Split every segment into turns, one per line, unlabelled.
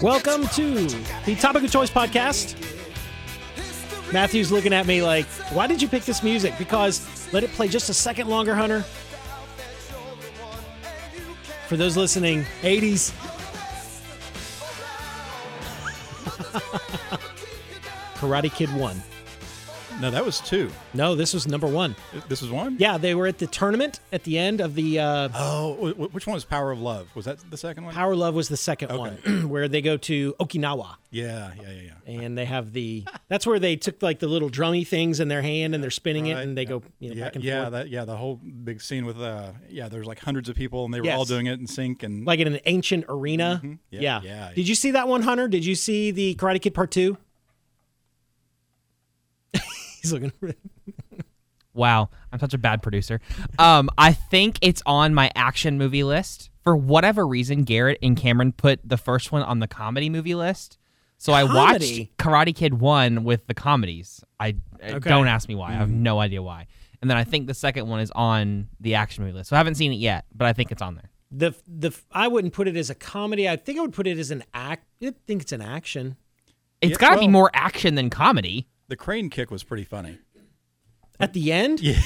Welcome to the Topic of Choice podcast. Matthew's looking at me like, why did you pick this music? Because let it play just a second longer, Hunter. For those listening, 80s. Karate Kid 1.
No, that was two.
No, this was number one.
This was one.
Yeah, they were at the tournament at the end of the uh,
Oh, wh- wh- which one was Power of Love? Was that the second one?
Power Love was the second one where they go to Okinawa
yeah, yeah, yeah, yeah.
and they have the that's where they took like the little drummy things in their hand and they're spinning it and they go you know,
Yeah,
back and
yeah,
forth
that, yeah. The whole big scene with uh, yeah, there's like hundreds of people and they were all
Yes.
doing it in sync and
like in an ancient arena.
Mm-hmm. Yeah,
Yeah.
yeah.
Did you see that one, Hunter? Did you see the Karate Kid Part Two? He's looking.
Wow, I'm such a bad producer. Um, I think it's on my action movie list. For whatever reason, Garrett and Cameron put the first one on the comedy movie list. So I
Comedy?
watched Karate Kid 1 with the comedies. I I-
Okay. Mm-hmm.
don't ask me why. I have no idea why. And then I think the second one is on the action movie list. So I haven't seen it yet, but I think it's on there.
The the I wouldn't put it as a comedy. I think I would put it as an act. I think it's an action.
It's
Yeah,
got to be
well-
more action than comedy.
the crane kick was pretty funny.
At the end,
Yeah,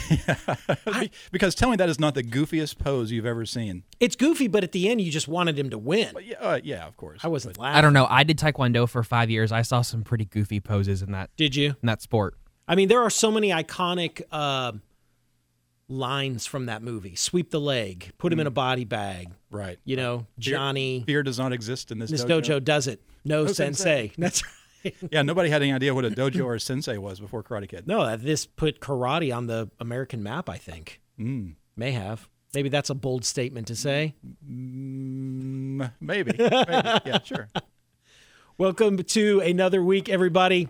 Be- because tell me that is not the goofiest pose you've ever seen.
it's goofy, but at the end, you just wanted him to win.
But yeah, uh, yeah, of course.
I wasn't laughing.
I don't know. I did Taekwondo for five years. I saw some pretty goofy poses in that
Did you?
in that sport.
I mean, there are so many iconic uh, lines from that movie. Sweep the leg, put him in a body bag.
right.
You know, Johnny,
Fear does not exist in this,
this
dojo.
dojo does it. No,
sensei.
sensei. That's right.
Yeah, nobody had any idea what a dojo or a sensei was before Karate Kid.
No, uh, this put karate on the American map, I think.
Mm.
May have. Maybe that's a bold statement to say.
Mm, maybe. maybe. Yeah, sure.
Welcome to another week, everybody.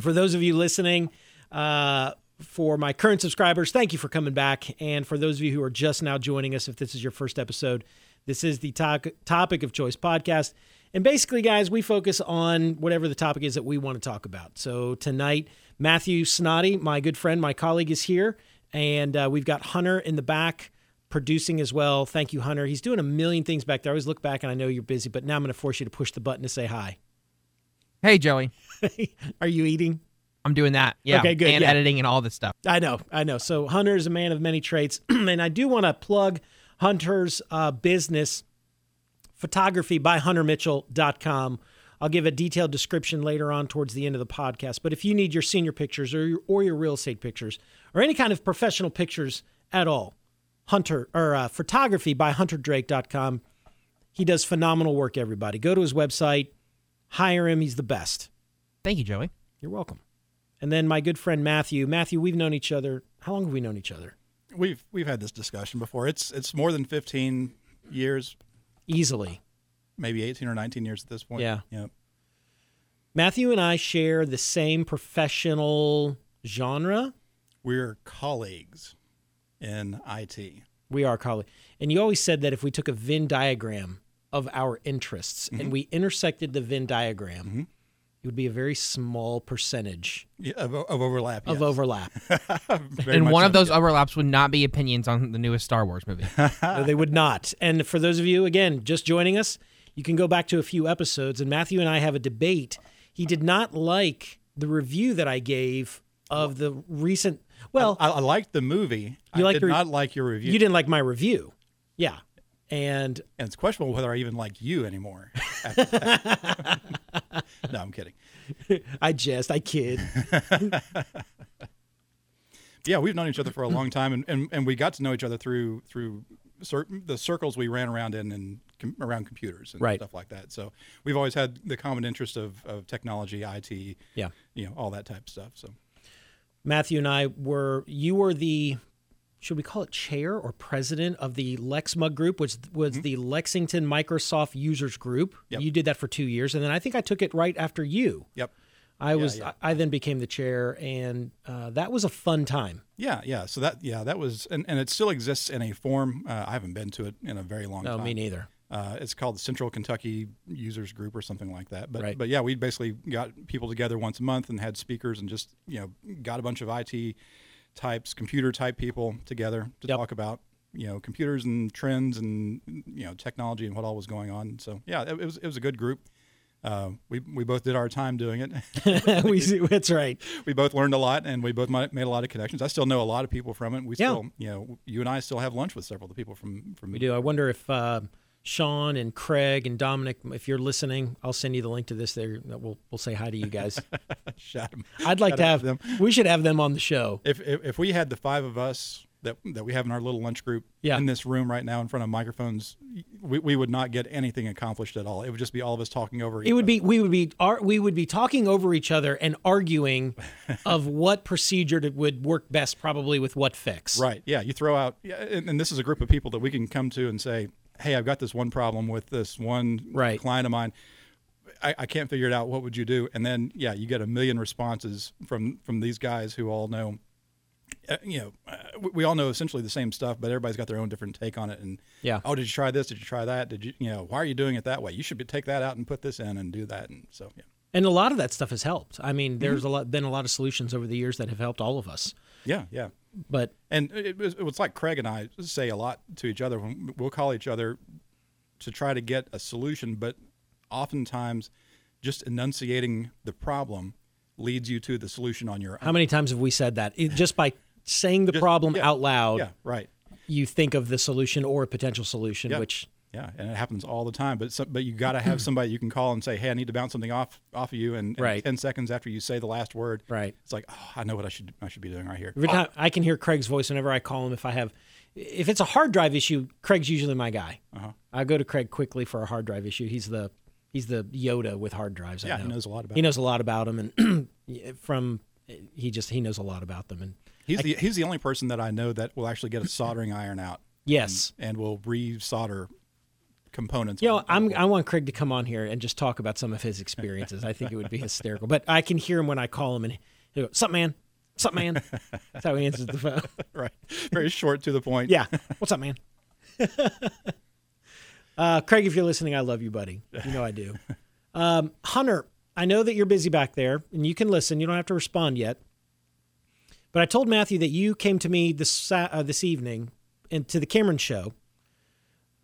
For those of you listening, uh, for my current subscribers, thank you for coming back. And for those of you who are just now joining us, if this is your first episode, this is the to- Topic of Choice podcast. And basically, guys, we focus on whatever the topic is that we want to talk about. So tonight, Matthew Snoddy, my good friend, my colleague, is here. And uh, we've got Hunter in the back producing as well. Thank you, Hunter. He's doing a million things back there. I always look back and I know you're busy, but now I'm going to force you to push the button to say hi.
Hey, Joey.
Are you eating?
I'm doing that. Yeah.
Okay, good,
And
yeah.
editing and all this stuff.
I know, I know. So Hunter is a man of many traits, and I do want to plug Hunter's uh, business, photography by huntermitchell.com. I'll give a detailed description later on towards the end of the podcast. But if you need your senior pictures or your, or your real estate pictures or any kind of professional pictures at all, Hunter or uh, photography by hunterdrake.com. He does phenomenal work, everybody. Go to his website, hire him. He's the best.
Thank you, Joey.
You're welcome. And then my good friend Matthew. Matthew, we've known each other. How long have we known each other?
We've we've had this discussion before. It's it's more than 15 years,
Easily.
maybe 18 or 19 years at this point.
Yeah.
Yep.
Matthew and I share the same professional genre.
We're colleagues in IT.
We are colleagues. And you always said that if we took a Venn diagram of our interests and we intersected the Venn diagram, it would be a very small percentage
Yeah, of, of overlap.
of overlap.
Very
and
much
one of
so.
those overlaps would not be opinions on the newest Star Wars movie.
No, they would not. And for those of you, again, just joining us, you can go back to a few episodes, and Matthew and I have a debate. He did not like the review that I gave of the recent. Well,
I, I liked the movie.
You
I
liked
did
your-
not like your review.
you didn't like my review. Yeah. And
and it's questionable whether I even like you anymore. no, I'm kidding.
I jest, I kid.
Yeah, we've known each other for a long time, and, and, and we got to know each other through through cir- the circles we ran around in and com- around computers and
Right.
stuff like that. So we've always had the common interest of, of technology, IT,
Yeah.
you know, all that type of stuff. So
Matthew and I were, you were the, should we call it chair or president of the Lexmug group, which was the Lexington Microsoft Users Group.
Yep.
You did that for two years. And then I think I took it right after you.
yep,
I was
yeah.
I I then became the chair, and uh, that was a fun time.
yeah, yeah. So that yeah, that was and, and it still exists in a form. Uh, I haven't been to it in a very long
No,
time.
Oh, me neither.
uh, it's called the Central Kentucky Users Group or something like that. But
Right.
but yeah, we basically got people together once a month and had speakers and just you know got a bunch of IT types, computer type people together to
Yep.
talk about you know computers and trends and you know technology and what all was going on. So yeah, it, it was it was a good group. Uh, we we both did our time doing it.
we, that's right.
we both learned a lot, and we both mi- made a lot of connections. I still know a lot of people from it. We
Yeah.
still, you know, you and I still have lunch with several of the people from from.
We do. I wonder if uh, Sean and Craig and Dominic, if you're listening, I'll send you the link to this. There, we'll we'll say hi to you guys.
Shout 'em.
I'd like
Shout
to
out
have
to
them. We should have them on the show.
If, if if we had the five of us that that we have in our little lunch group
Yeah.
in this room right now in front of microphones, we, we would not get anything accomplished at all. It would just be all of us talking over.
It would be we would be ar- we would be talking over each other and arguing of what procedure to, would work best, probably with what fix.
Right. Yeah. You throw out, yeah, and, and this is a group of people that we can come to and say, "Hey, I've got this one problem with this one
Right.
client of mine. I, I can't figure it out. What would you do?" And then, yeah, you get a million responses from from these guys who all know, uh, you know, uh, we, we all know essentially the same stuff, but everybody's got their own different take on it. And
Yeah.
oh, did you try this? Did you try that? Did you, you know, why are you doing it that way? You should be, take that out and put this in and do that. And so, yeah.
And a lot of that stuff has helped. I mean, there's a lot been a lot of solutions over the years that have helped all of us.
Yeah. Yeah.
But
And it was, it was like Craig and I say a lot to each other. When we'll call each other to try to get a solution, but oftentimes just enunciating the problem leads you to the solution on your
how
own.
many times have we said that? It, just by saying the problem
yeah,
out loud,
Yeah, right.
you think of the solution or a potential solution,
Yeah.
which
Yeah, and it happens all the time. But some, but you got to have somebody you can call and say, "Hey, I need to bounce something off off of you." And, and
Right.
ten seconds after you say the last word,
Right.
it's like, "Oh, I know what I should I should be doing right here."
Every time I can hear Craig's voice whenever I call him. If I have, if it's a hard drive issue, Craig's usually my guy.
Uh-huh.
I go to Craig quickly for a hard drive issue. He's the he's the Yoda with hard drives. I
Yeah,
know.
he knows a lot about
He knows a lot about them, and from he just he knows a lot about them. And
He's the he's the only person that I know that will actually get a soldering iron out
yes,
and will re-solder components.
you
on-
know I'm I want Craig to come on here and just talk about some of his experiences. I think it would be hysterical. But I can hear him when I call him, and he goes, "Sup, man? Sup, man?" That's how he answers the phone.
right. Very short to the point.
Yeah. What's up, man? uh, Craig, if you're listening, I love you, buddy. You know I do. Um, Hunter, I know that you're busy back there and you can listen. You don't have to respond yet. But I told Matthew that you came to me this Sa- uh, this evening and to the Cameron show.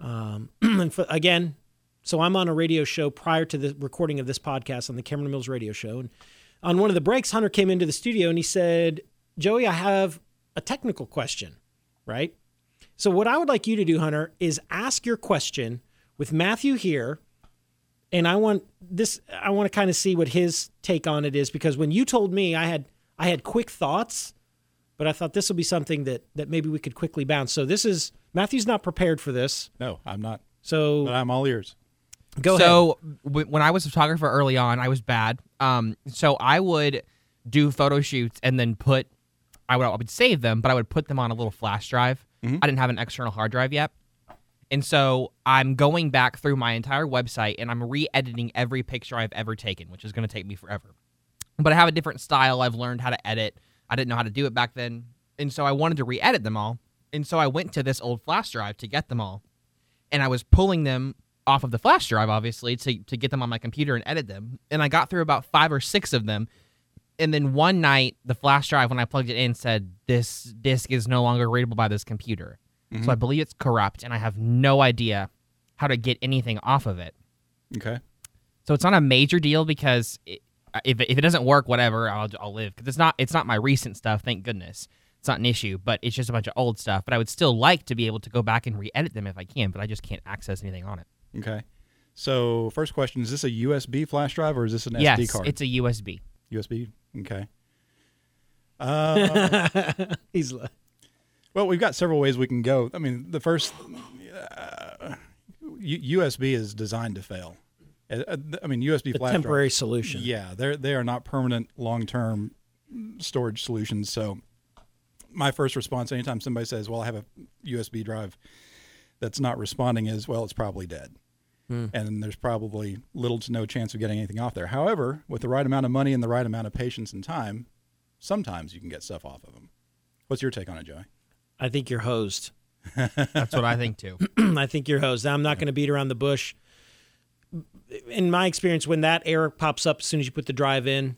Um, and for, again, so I'm on a radio show prior to the recording of this podcast on the Cameron Mills radio show. And on one of the breaks, Hunter came into the studio and he said, Joey, I have a technical question, right? So what I would like you to do, Hunter, is ask your question with Matthew here, and I want this. I want to kind of see what his take on it is because when you told me, I had I had quick thoughts, but I thought this will be something that that maybe we could quickly bounce. So this is Matthew's not prepared for this.
No, I'm not.
So
But I'm all ears.
go ahead.
so w- when I was a photographer early on, I was bad. Um, so I would do photo shoots and then put, I would I would save them, but I would put them on a little flash drive.
Mm-hmm.
I didn't have an external hard drive yet, and so I'm going back through my entire website and I'm re-editing every picture I've ever taken, which is going to take me forever. But I have a different style. I've learned how to edit. I didn't know how to do it back then, and so I wanted to re-edit them all. And so I went to this old flash drive to get them all and I was pulling them off of the flash drive, obviously, to, to get them on my computer and edit them. And I got through about five or six of them. And then one night, the flash drive, when I plugged it in, said, This disk is no longer readable by this computer. So I believe it's corrupt, and I have no idea how to get anything off of it.
Okay.
So it's not a major deal because it, if, if it doesn't work, whatever, I'll, I'll live. Because it's not it's not my recent stuff, thank goodness. It's not an issue, but it's just a bunch of old stuff. But I would still like to be able to go back and re-edit them if I can, but I just can't access anything on it.
Okay. So, first question: Is this a USB flash drive or is this an
yes,
SD card?
it's a USB.
USB. Okay.
He's li-
Well, we've got several ways we can go. I mean, the first uh, U- USB is designed to fail. Uh, uh, I mean, USB
the
flash drive-
temporary solution.
Yeah, they're they are not permanent long term storage solutions. So my first response anytime somebody says, Well, I have a USB drive that's not responding is well, it's probably dead. And there's probably little to no chance of getting anything off there. However, with the right amount of money and the right amount of patience and time, sometimes you can get stuff off of them. What's your take on it, Joey?
I think you're hosed.
That's what I think too.
I think you're hosed. I'm not going to beat around the bush. In my experience, when that error pops up as soon as you put the drive in,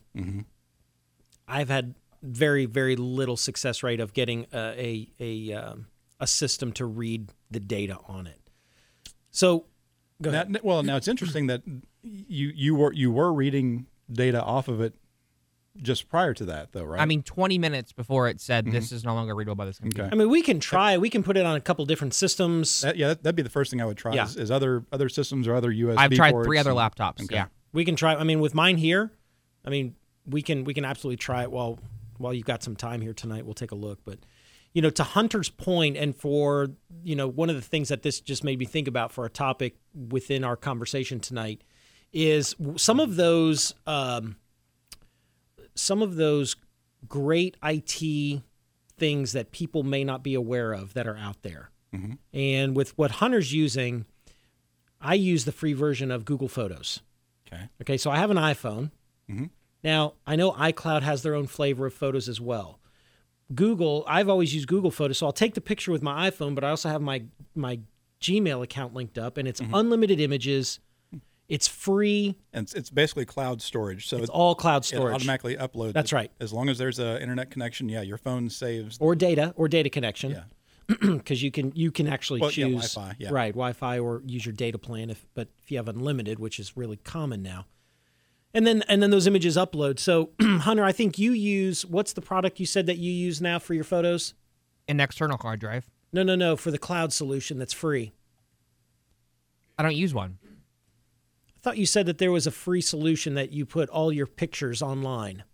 I've had very, very little success rate of getting uh, a a um, a system to read the data on it. So Go
Now-
ahead.
n- well, now it's interesting that you you were you were reading data off of it just prior to that, though, right?
I mean, 20 minutes before it said this is no longer readable by this computer.
Mm-hmm. okay.
I mean, we can try. We can put it on a couple different systems.
That- yeah, that'd be the first thing I would try
Yeah.
is, is other other systems or other USB.
I've tried
ports
three other
and-
laptops.
Okay.
Yeah.
we can try. I mean, with mine here, I mean, we can we can absolutely try it while while you've got some time here tonight. We'll take a look, but you know, to Hunter's point, and for you know, one of the things that this just made me think about for a topic within our conversation tonight is w- some of those um, some of those great IT things that people may not be aware of that are out there. And with what Hunter's using, I use the free version of Google Photos.
Okay.
Okay, so I have an iPhone.
Mhm.
Now, I know iCloud has their own flavor of photos as well. Google, I've always used Google Photos, so I'll take the picture with my iPhone, but I also have my my Gmail account linked up and it's unlimited images. It's free.
And it's, it's basically cloud storage, so
It's
it,
all cloud
it
storage
automatically uploads.
That's
it.
right.
As long as there's a internet connection, yeah, your phone saves.
or data or data connection.
Yeah.
Because you can you can actually
Well, yeah,
choose
Wi-Fi, yeah.
right Wi-Fi or use your data plan if but if you have unlimited, which is really common now. And then and then those images upload. So Hunter, I think you use what's the product you said that you use now for your photos?
An external hard drive.
No, no, no, for the cloud solution that's free.
I don't use one.
I thought you said that there was a free solution that you put all your pictures online.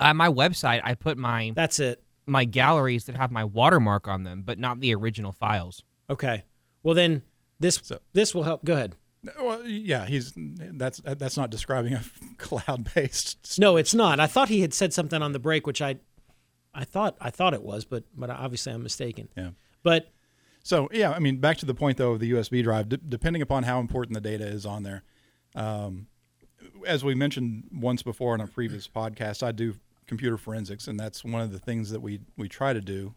Uh, my website, I put my
That's it.
my galleries that have my watermark on them, but not the original files.
Okay. Well then this
So-
this will help. Go ahead.
Well, yeah, he's that's that's not describing a cloud-based.
No, it's not. I thought he had said something on the break, which I, I thought I thought it was, but but obviously I'm mistaken.
Yeah.
But
So yeah, I mean, back to the point though of the USB drive. D- depending upon how important the data is on there, um, as we mentioned once before on a previous podcast, I do computer forensics, and that's one of the things that we we try to do.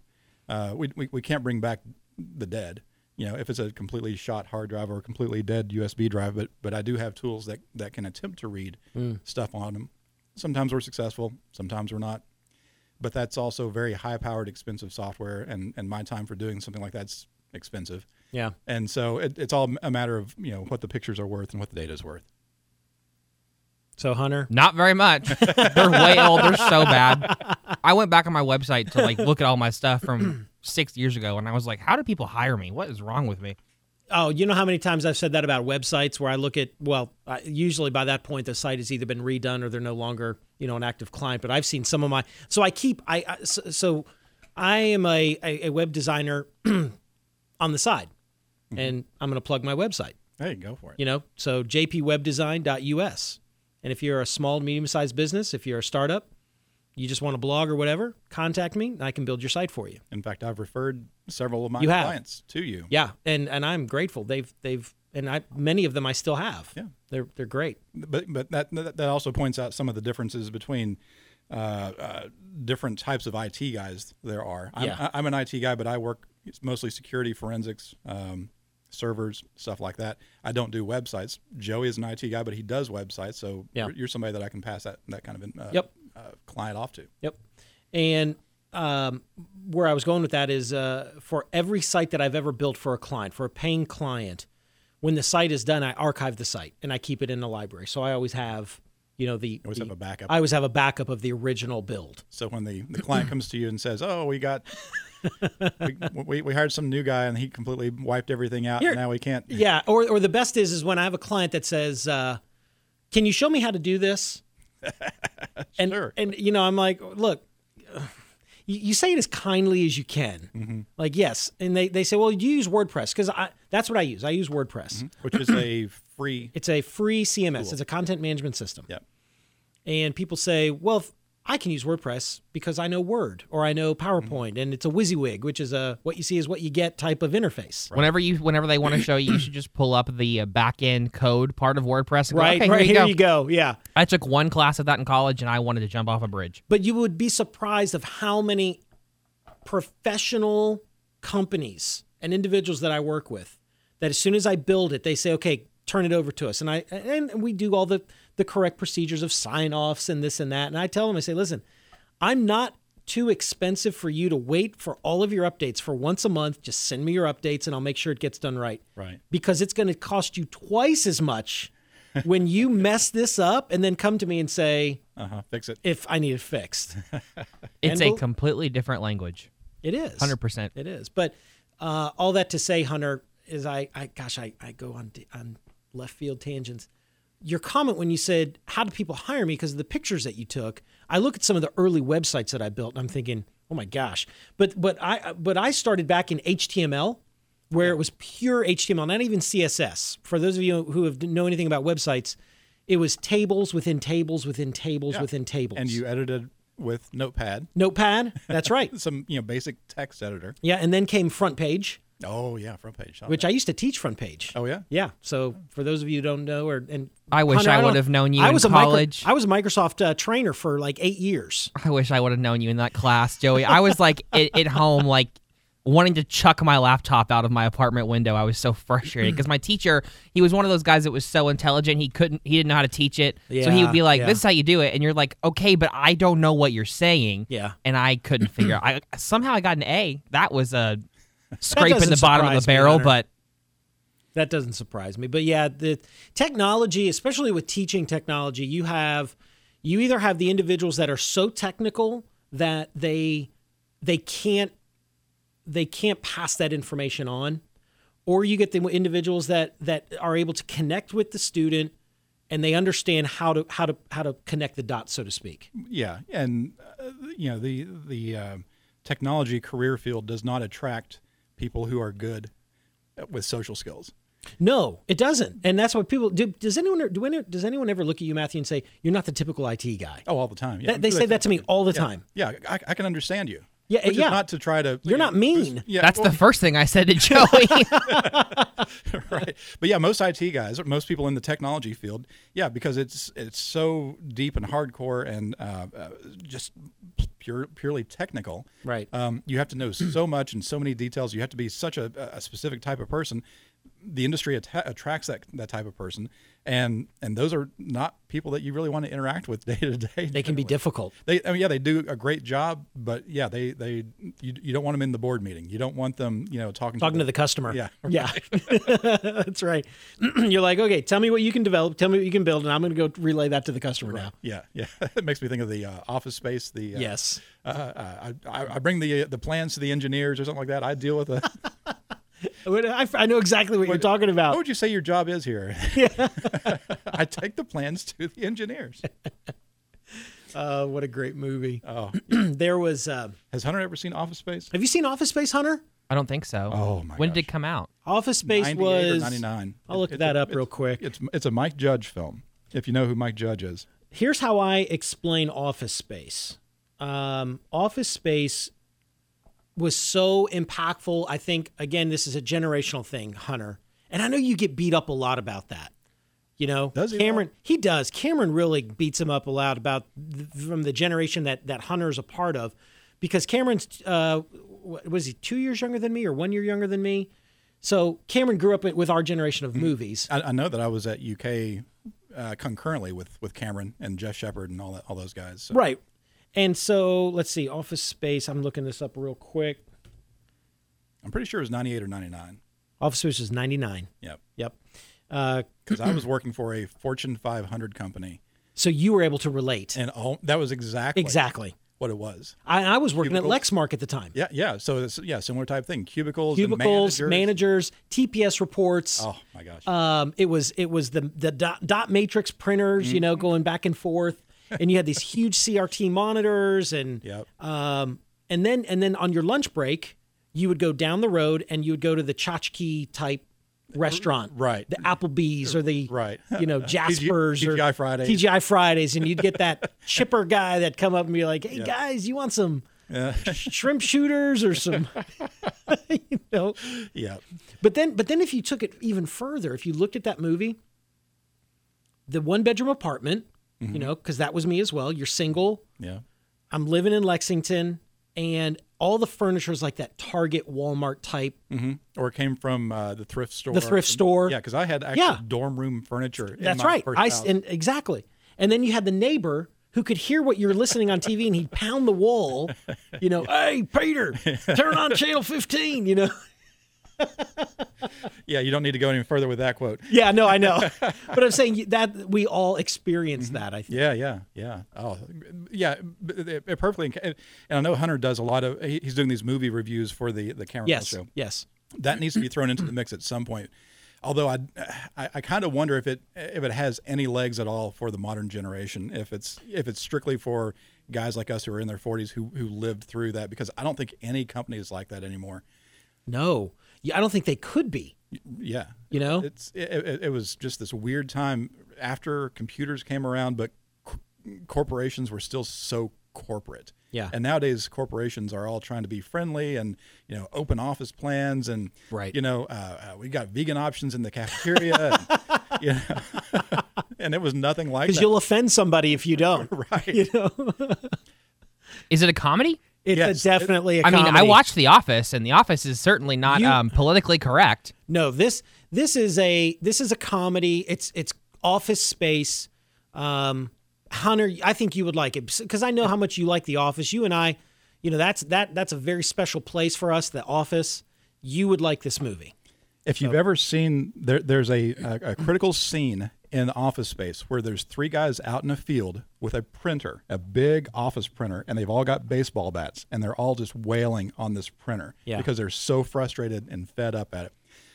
Uh, we, we we can't bring back the dead, you know, if it's a completely shot hard drive or a completely dead USB drive. But but I do have tools that that can attempt to read stuff on them. Sometimes we're successful, sometimes we're not but that's also very high powered expensive software and and my time for doing something like that's expensive
yeah,
and so it, it's all a matter of you know what the pictures are worth and what the data is worth
so Hunter,
Not very much. They're way old. They're so bad. I went back on my website to like look at all my stuff from six years ago, and I was like, "How do people hire me? What is wrong with me?"
oh, you know how many times I've said that about websites where I look at well, I, usually by that point the site has either been redone or they're no longer you know an active client. But I've seen some of my so I keep I, I so, so I am a, a, a web designer on the side, and I'm going to plug my website.
there you go for it
you know so jpwebdesign.us and if you're a small medium-sized business if you're a startup you just want a blog or whatever contact me and i can build your site for you
in fact i've referred several of my
You have.
clients to you
yeah and and i'm grateful they've they've and i many of them i still have
Yeah.
they're they're great
but but that that that also points out some of the differences between uh, uh, different types of IT guys there are. I'm,
Yeah.
I- I'm an IT guy, but I work mostly security, forensics, um, servers, stuff like that. I don't do websites. Joey is an IT guy, but he does websites, so
Yeah.
you're- you're somebody that I can pass that that kind of uh,
Yep.
uh, client off to.
Yep. And um, where I was going with that is uh, for every site that I've ever built for a client, for a paying client, when the site is done, I archive the site and I keep it in the library. So I always have, you know, the
always
the-
have a backup.
I always have a backup of the original build.
So when the, the client comes to you and says, "Oh, we got we, we, we hired some new guy and he completely wiped everything out,
Here-
and now we can't."
Yeah. Or or the best is is when I have a client that says, uh, "Can you show me how to do this?" and
Sure.
and you know, I'm like, look. You you say it as kindly as you can,
Mm-hmm.
like yes, and they, they say, well, you use WordPress because I that's what I use. I use WordPress.
Which is a free.
It's a free CMS. It's a content management system.
Yep.
And people say, well, if I can use WordPress because I know Word or I
Mm-hmm.
know PowerPoint, and it's a WYSIWYG, which is a what you see is what you get type of interface.
Whenever you, whenever they want to show you, you should just pull up the uh, back end code part of WordPress. And go,
Right,
okay,
right.
Here,
Here,
you,
you go.
go.
Yeah.
I took one class of that in college, and I wanted to jump off a bridge.
But you would be surprised of how many professional companies and individuals that I work with that as soon as I build it, they say, okay, turn it over to us. And I and we do all the the correct procedures of sign offs and this and that. And I tell them, I say, listen, I'm not too expensive for you to wait for all of your updates for once a month. Just send me your updates and I'll make sure it gets done right.
Right.
Because it's going to cost you twice as much when you mess this up and then come to me and say,
Uh huh. Fix it.
if I need it fixed.
It's
And
a
we'll-
completely different language.
It is.
100%.
It is. But uh, all that to say, Hunter, is I, I gosh, I, I go on, on left field tangents. Your comment when you said, How do people hire me? Because of the pictures that you took. I look at some of the early websites that I built and I'm thinking, Oh my gosh. But, but, I, but I started back in HTML where it was pure HTML, not even CSS. For those of you who have know anything about websites, it was tables within tables within tables within tables.
And you edited with Notepad,
Notepad. That's right.
some you know basic text editor.
Yeah, and then came front page,
Oh yeah, front page. huh?
which I used to teach front page.
oh yeah.
Yeah. So for those of you who don't know, or and
I wish
Hunter,
I
don't-
would have known you
I
in
was
college.
A micro, I was a Microsoft uh, trainer for like eight years.
I wish I would have known you in that class, Joey. I was like at, at home, like wanting to chuck my laptop out of my apartment window. I was so frustrated because my teacher, he was one of those guys that was so intelligent he couldn't, he didn't know how to teach it. so he
Yeah,
would be like,
yeah.
"This is how you do it," and you're like, "Okay, but I don't know what you're saying."
Yeah.
and I couldn't figure. I somehow I got an A. That was a scrape in
doesn't
the bottom of
surprise
the
me,
barrel,
Hunter.
but
That doesn't surprise me. But yeah, the technology, especially with teaching technology, you have you either have the individuals that are so technical that they they can't they can't pass that information on or you get the individuals that that are able to connect with the student and they understand how to how to how to connect the dots so to speak.
Yeah, and uh, you know the the uh, technology career field does not attract people who are good at- with social skills.
No, it doesn't. And that's what people do. Does anyone do any, does anyone ever look at you Matthew and say you're not the typical IT guy?
Oh, all the time. Yeah,
That- they say that to me all the time.
Yeah, I, I can understand you.
Yeah,
Which is
yeah.
not to try to.
You're not mean.
Yeah,
that's the first thing I said to Joey.
the right. But yeah, most IT guys, or most people in the technology field, yeah, because it's it's so deep and hardcore and uh, uh, just pure purely technical.
Right.
Um, you have to know so much and so many details. You have to be such a, a specific type of person. The industry atta attracts that that type of person, and and those are not people that you really want to interact with day to day.
They can be difficult.
They, I mean, yeah, they do a great job, but yeah, they they you, you don't want them in the board meeting. You don't want them, you know, talking
talking to
to
the customer.
Yeah.
Yeah. That's right. You're like, okay, tell me what you can develop, tell me what you can build, and I'm going to go relay that to the customer now.
yeah, yeah. it makes me think of the uh, office space. The uh,
Yes.
uh, uh, I, I- I bring the uh, the plans to the engineers or something like that. I deal with the.
What- I, I know exactly what, you're talking about.
What would you say your job is here? I take the plans to the engineers.
Uh, what a great movie.
Oh,
there was, uh,
has Hunter ever seen Office Space?
have you seen Office Space Hunter?
I don't think so.
Oh, my
When did
gosh.
it come out?
Office Space
98 or
was.
99.
I'll look
It's
that
a-
up real
it's-
quick.
It's it's a Mike Judge film. If you know who Mike Judge is,
here's how I explain Office Space. Um, Office Space was so impactful. I think again, this is a generational thing, Hunter. And I know you get beat up a lot about that. You know,
Does he,
Cameron? He does. Cameron really beats him up a lot about th- from the generation that that Hunter is a part of, because Cameron's uh, wh- was he two years younger than me or one year younger than me? So Cameron grew up with our generation
Mm-hmm.
of movies.
I, I know that I was at UK uh, concurrently with with Cameron and Jeff Shepard and all that, all those guys. So
Right. And so let's see, Office Space. I'm looking this up real quick.
I'm pretty sure it was 98 or 99.
Office Space was 99.
Yep.
Yep. Uh,
Because I was working for a Fortune 500 company,
so you were able to relate.
and all that was exactly
exactly.
what it was.
I, I was working at
Cubicles.
Lexmark at the time.
Yeah, yeah. So it's, yeah, similar type thing. Cubicles, and
Cubicles,
managers.
managers. TPS reports.
Oh my gosh.
Um, it was it was the the dot, dot matrix printers, you
Mm-hmm.
know, going back and forth, and you had these huge CRT monitors, and
Yep.
um, and then and then on your lunch break, you would go down the road and you would go to the tchotchke type restaurant,
Mm, Right.
The Applebee's or the
Right.
you know Jaspers or
TGI Fridays.
TGI Fridays, and you'd get that chipper guy that come up and be like, "Hey guys, you want some sh- shrimp shooters or some, you know."
yeah.
But then, but then, if you took it even further, if you looked at that movie, the one bedroom apartment,
Mm-hmm.
you know, because that was me as well. You're single.
Yeah.
I'm living in Lexington, and all the furniture is like that Target, Walmart type.
hmm Or it came from uh, the thrift store.
The thrift store.
Yeah, because I had actual
Yeah.
dorm room furniture. In
That's
my
right.
First
I
house.
and exactly. And then you had the neighbor who could hear what you're listening on TV and he'd pound the wall, you know, hey, Peter, turn on channel 15, you know?
Yeah, you don't need to go any further with that quote.
Yeah, no, I know. But I'm saying that we all experience that, I think.
Mm-hmm. Yeah, yeah, yeah. Oh, yeah. b- It, it perfectly. enc- And I know Hunter does a lot of. he- He's doing these movie reviews for the the camera
Yes.
show.
Yes.
That needs to be thrown into the mix at some point. Although I, I, I kind of wonder if it if it has any legs at all for the modern generation. If it's if it's strictly for guys like us who are in their 40s who who lived through that. Because I don't think any company is like that anymore.
No. Yeah, I don't think they could be,
Yeah.
you know?
It's it, it, it was just this weird time after computers came around, but c- corporations were still so corporate.
Yeah.
And nowadays, corporations are all trying to be friendly and you know open office plans and
Right.
You know, uh, uh, we got vegan options in the cafeteria. and, you know, and it was nothing like
Because
that.
you'll offend somebody if you don't.
Right.
Is it a comedy?
It's a-
Yes.
definitely a
I mean, I
comedy.
watched The Office, and The Office is certainly not
You-
um, politically correct.
No, this this is a this is a comedy. It's it's office space. Um, Hunter, I think you would like it because I know how much you like the office. You and I, you know, that's that that's a very special place for us. The office. You would like this movie.
If
Oh.
you've ever seen, there, there's a, a, a critical scene in Office Space where there's three guys out in a field with a printer, a big office printer, and they've all got baseball bats, and they're all just wailing on this printer
Yeah.
because they're so frustrated and fed up at it.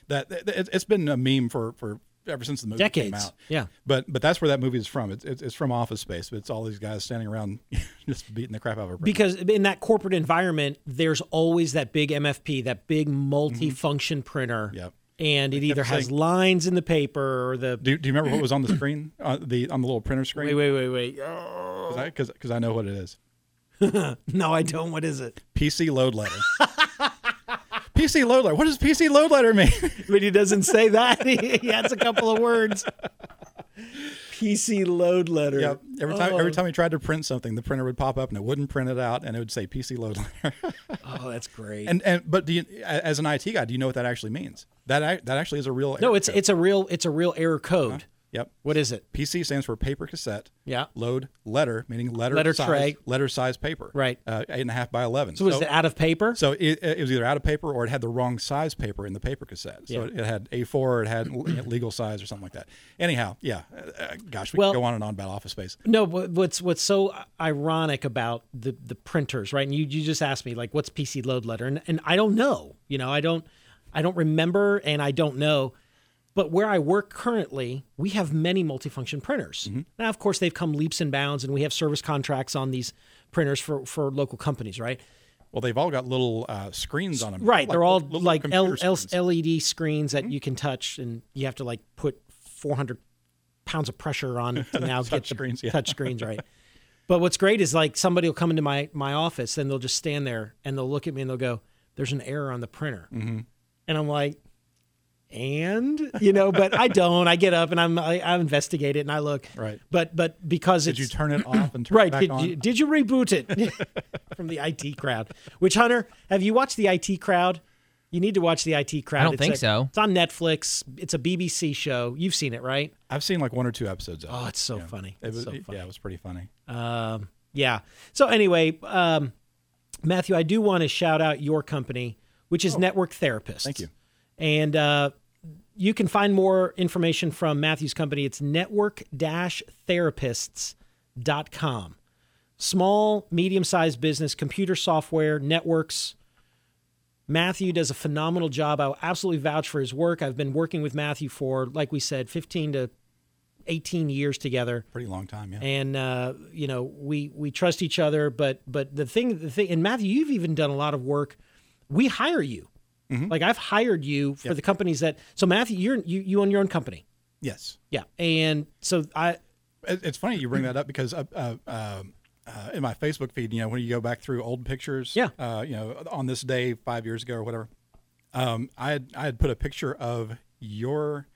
That that- it, it's been a meme for for ever since the movie came
Decades.
out.
Yeah.
but but that's where that movie is from. It's it's, it's from Office Space. But it's all these guys standing around just beating the crap out of a printer.
Because in that corporate environment, there's always that big MFP, that big multi-function printer.
Yep.
And it either has lines in the paper or the
do, do you remember what was on the screen? Uh, the on the little printer
wait,
screen?
wait, wait, wait.
Because because I know what it is.
No, I don't. What is it?
PC load letter. PC load letter. What does PC load letter mean?
but he doesn't say that. he adds a couple of words. PC load letter.
yep. Every time
Oh.
every time we tried to print something, the printer would pop up and it wouldn't print it out, and it would say PC load letter.
Oh, that's great.
and and but do you, a- as an IT guy, do you know what that actually means? That ac- that actually is a real.
no,
error
it's
code.
it's a real it's a real error code.
yep.
What is it?
PC stands for paper cassette.
Yeah.
Load letter meaning letter
Letter
size,
tray.
letter size paper.
Right.
Uh, eight and a half by eleven.
So, is it out of paper?
So it, it was either out of paper or it had the wrong size paper in the paper cassette. So it had A4 or it had legal size or something like that. Anyhow, yeah. Uh, uh, gosh, we
Well-
can go on and on about office space.
no, but what's what's so ironic about the the printers, right? And you you just asked me like what's PC load letter and and I don't know. You know, I don't I don't remember and I don't know. But where I work currently, we have many multifunction printers. Now, of course, they've come leaps and bounds, and we have service contracts on these printers for, for local companies, right?
Well, they've all got little uh, screens on them.
Right. they're all
little
like L-
computer
L-
screens.
LED screens
Hmm?
that you can touch, and you have to like put 400 pounds of pressure on to now get the
screens, yeah.
touch screens right. But what's great is like somebody will come into my my office and they'll just stand there and they'll look at me and they'll go, "There's an error on the printer,"
Mm-hmm.
and I'm like, "And you know," but I don't. I get up and I'm I, I investigate it and I look.
Right.
But but because
Did
it's
you turn it off and turn
Right.
it back
Did
on?
you, did you reboot it from the IT crowd? Which, Hunter, have you watched the IT crowd? You need to watch the IT crowd.
don't
It's
think
a-
so.
It's on Netflix. It's a BBC show. You've seen it, right?
I've seen like one or two episodes of it.
Oh, it's so funny.
It
It's
was,
so funny.
Yeah, it was pretty funny.
Um, yeah. So anyway, um, Matthew, I do want to shout out your company, which is Network Therapists.
Oh. Thank you.
And uh, you can find more information from Matthew's company. It's network-therapists.com. Small, medium-sized business, computer software, networks. Matthew does a phenomenal job. I will absolutely vouch for his work. I've been working with Matthew for, like we said, 15 to 18 years together
Pretty long time, yeah.
and uh, you know we we trust each other. But but the thing the thing and Matthew, you've even done a lot of work. We hire you, like I've hired you for the companies that. So Matthew, you're you you own your own company,
yes.
yeah, and so I
It- It's funny you bring that up because uh, uh, um, uh, in my Facebook feed, you know, when you go back through old pictures,
Yeah.
uh, you know, on this day five years ago or whatever, um, I had I had put a picture of your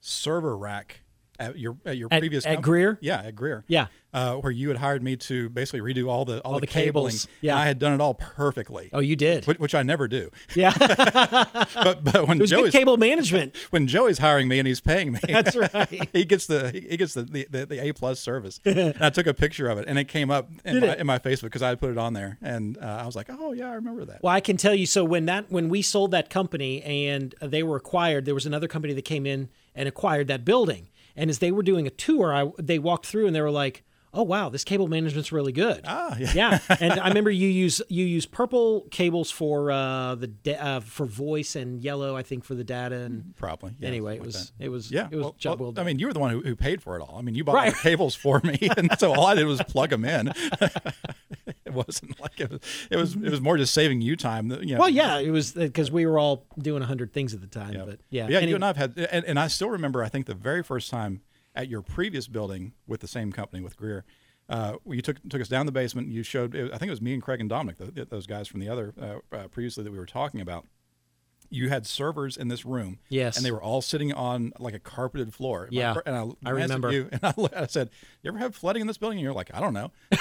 server rack at your at your
At-
previous
at
comp-
Greer?
Yeah, at Greer.
Yeah.
uh, where you had hired me to basically redo all the all,
All the
the
cables,
cabling.
yeah.
and I had done it all perfectly,
Oh, you did.
which, which I never do.
Yeah, it
But but when
was good
Joey's
cable management.
when Joey's hiring me and he's paying me,
That's right.
he gets the he he gets the the, the, the A plus service. and I took a picture of it, and it came up in, my, in my Facebook because I had put it on there, and uh, I was like, oh yeah, I remember that.
Well, I can tell you. So when that when we sold that company and they were acquired, there was another company that came in and acquired that building. And as they were doing a tour, I, they walked through and they were like, "Oh wow, this cable management's really good."
Ah, yeah.
yeah. And I remember you use you use purple cables for uh, the da- uh, for voice and yellow, I think, for the data. And
Probably. Mm-hmm. yeah,
anyway, it
something like
was
that.
it was
Yeah,
it was
well-
job
well,
well done.
I mean, you were the one who, who paid for it all. I mean, you bought all
Right.
the cables for me, and so all I did was plug them in. it wasn't like it was, it was. It was more just saving you time. that, You know,
well, yeah, it was because we were all doing hundred things at the time. But yeah,
yeah.
Any-
you and I've had, and, and I still remember. I think the very first time at your previous building with the same company with Greer, uh, you took took us down the basement. You showed. It, I think it was me and Craig and Dominic, th th- those guys from the other uh, uh, previously that we were talking about. You had servers in this room,
Yes.
and they were all sitting on like a carpeted floor. And my
Yeah.
fr- and I,
I
glanced at
remember.
you, and I, looked- I said, "You ever have flooding in this building?" And you're like, "I don't know."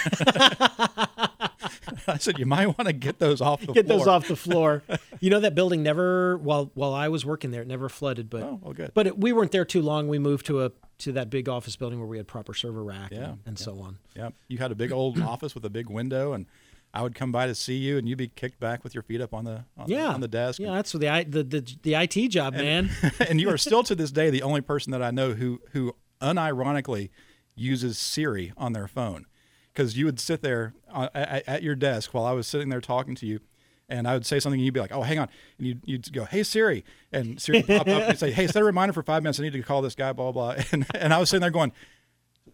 I said, "You might want to get those off the
get
floor."
those off the floor. you know that building never while while I was working there, it never flooded. But
Oh, well, good.
But it, we weren't there too long. We moved to a to that big office building where we had proper server rack
Yeah,
and, and so on.
Yeah, you had a big old office with a big window, and I would come by to see you, and you'd be kicked back with your feet up on the on,
Yeah,
the, on the desk.
Yeah, that's the I- the the, the IT job, man.
and you are still to this day the only person that I know who who unironically uses Siri on their phone, because you would sit there uh, at, at your desk while I was sitting there talking to you. And I would say something, and you'd be like, "Oh, hang on," and you'd, you'd go, "Hey Siri," and Siri would pop up and say, "Hey, set a reminder for five minutes. I need to call this guy." Blah blah. And, and I was sitting there going,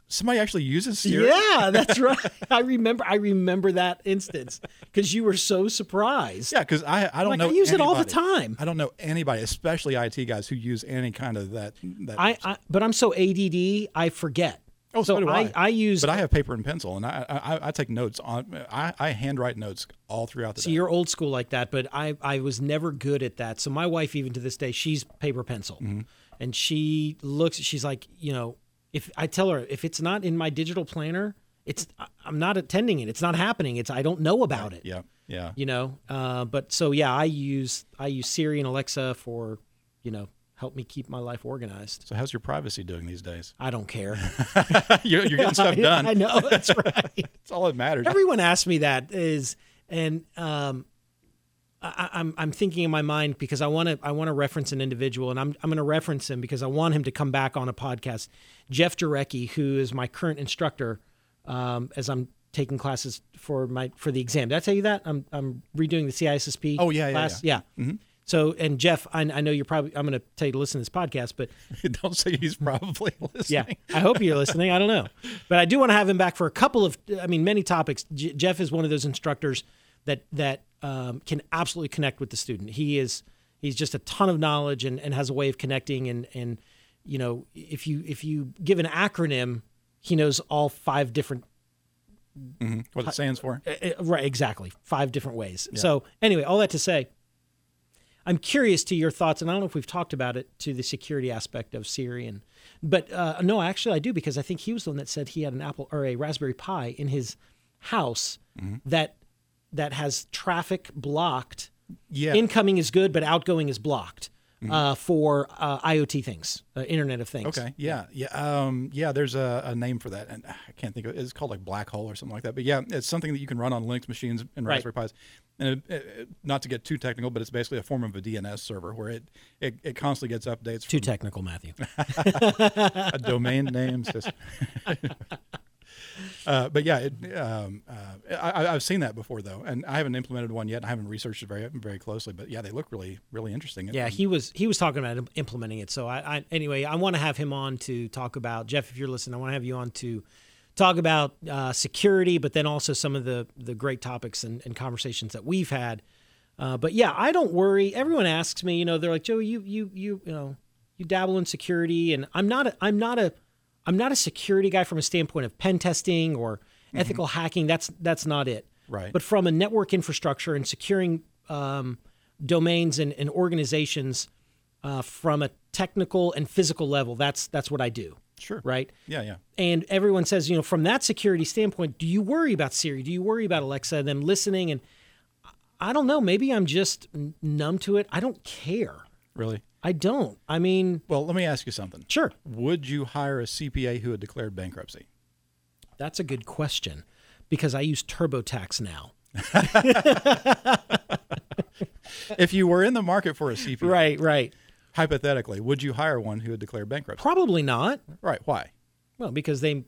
"Somebody actually uses Siri."
yeah, that's right. I remember I remember that instance because you were so surprised.
Yeah, because I I don't
Like,
know.
I use it all the
anybody-
time.
I don't know anybody, especially IT guys, who use any kind of that. that
I, I but I'm so ADD, I forget.
oh, so, do I,
I, I use
but I have paper and pencil, and I I, I- I take notes on. I, I handwrite notes all throughout the
So
day.
you're old school like that, but I, I was never good at that. So my wife, even to this day, she's paper pencil,
Mm-hmm.
and she looks. She's like, you know, if I tell her if it's not in my digital planner, it's I- I'm not attending it. It's not happening. It's I don't know about it.
Yeah, yeah.
You know. Uh, but so yeah, I use I use Siri and Alexa for, you know, help me keep my life organized.
So how's your privacy doing these days?
I don't care.
you're, you're getting stuff done.
I know that's right.
That's all that matters.
Everyone asks me that is, and um, I, I- I'm I'm thinking in my mind because I want to I want to reference an individual, and I'm I'm going to reference him because I want him to come back on a podcast. Jeff Jarecki, who is my current instructor, um, as I'm taking classes for my for the exam. Did I tell you that I'm I'm redoing the CISSP?
Oh, yeah, yeah,
class. yeah. So and Jeff, I, I know you're probably I'm going to tell you to listen to this podcast, but
don't say he's probably
yeah,
listening.
I hope you're listening. I don't know, but I do want to have him back for a couple of, I mean, many topics. J- Jeff is one of those instructors that that um, can absolutely connect with the student. He is he's just a ton of knowledge and, and has a way of connecting and and you know if you if you give an acronym, he knows all five different
What it stands for?
uh, uh, right exactly five different ways so anyway all that to say i'm curious to your thoughts and i don't know if we've talked about it to the security aspect of siri and but uh, no actually i do because i think he was the one that said he had an apple or a raspberry pi in his house
Mm-hmm.
that that has traffic blocked
Yeah, Mm-hmm.
incoming is good but outgoing is blocked uh, for uh, iot things uh, internet of things
Okay. Yeah. Yeah. Um, yeah. There's a, a name for that, and ah, I can't think of. it. It's called like black hole or something like that. But yeah, it's something that you can run on Linux machines and
Right.
Raspberry Pis. And it, it, not to get too technical, but it's basically a form of a DNS server where it it, it constantly gets updates
too
from
technical matthew
a domain names. Just, uh, but yeah, it, um, uh, I, I- I've seen that before though, and I haven't implemented one yet. I haven't researched it very very closely, but yeah, they look really really interesting.
Yeah, he was he was talking about im- implementing it. So I, I anyway, I want to have him on to talk about Jeff. If you're listening, I want to have you on to talk about uh, security, but then also some of the the great topics and, and conversations that we've had. Uh, but yeah, I don't worry. Everyone asks me, you know, they're like, Joey, you you you you know, you dabble in security, and I'm not a, I'm not a I'm not a security guy from a standpoint of pen testing or ethical hacking. That's that's not it.
Right.
But but from a network infrastructure and securing um, domains and, and organizations uh, from a technical and physical level. That's that's what I do.
Sure.
right?
Yeah, yeah.
and everyone says, you know, from that security standpoint, do you worry about Siri? Do you worry about Alexa and them listening? And I don't know. Maybe I'm just n- numb to it. I don't care.
Really?
I don't. I mean,
Well, let me ask you something.
sure,
Would you hire a CPA who had declared bankruptcy?
that's a good question because I use TurboTax now.
if you were in the market for a CPA,
Right, right.
hypothetically, would you hire one who had declared bankruptcy?
Probably not.
Right. Why?
Well, because they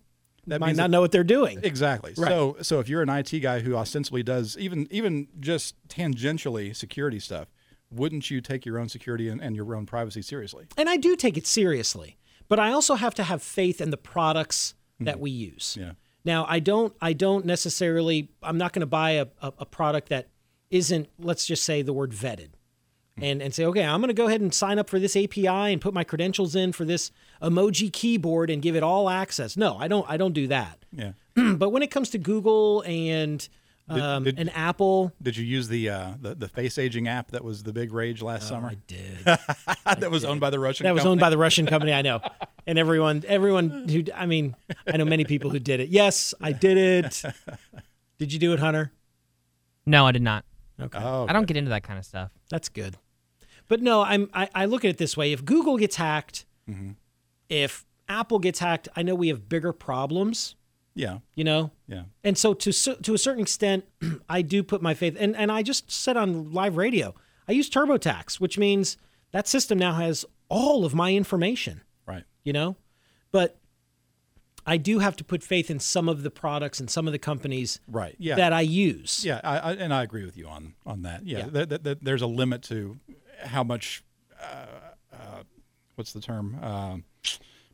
That
might
means
not know what they're doing.
Exactly. So so if you're an IT guy who ostensibly does even even just tangentially security stuff, wouldn't you take your own security and, and your own privacy seriously?
And I do take it seriously, but I also have to have faith in the products that we use.
Mm-hmm. Yeah.
Now, I don't I don't necessarily I'm not going to buy a, a, a product that isn't let's just say the word vetted.
Hmm.
And and say, "Okay, I'm going to go ahead and sign up for this API and put my credentials in for this emoji keyboard and give it all access." No, I don't I don't do that.
Yeah.
but when it comes to Google and um,
did-
and Apple,
Did you use the uh, the, the face aging app that was the big rage last summer?
did.
that was owned by the Russian.
Oh, That was
company?
owned by the Russian company. I know, and everyone, everyone who, I mean, I know many people who did it. Yes, I did it. Did you do it, Hunter?
No, I did not.
Okay,
Oh,
I don't get into that kind of stuff.
that's good. But no, I'm. I, I look at it this way: if Google gets hacked, if Apple gets hacked, I know we have bigger problems.
yeah,
You know,
yeah,
and so to cer- to a certain extent, I do put my faith. And and I just said on live radio, I use TurboTax, which means that system now has all of my information.
right.
you know but i do have to put faith in some of the products and some of the companies
Right. Yeah.
that i use
yeah. I, I, and I agree with you on on that. Yeah.
Yeah.
That, that, that, there's a limit to how much. Uh, uh, what's the term? Uh,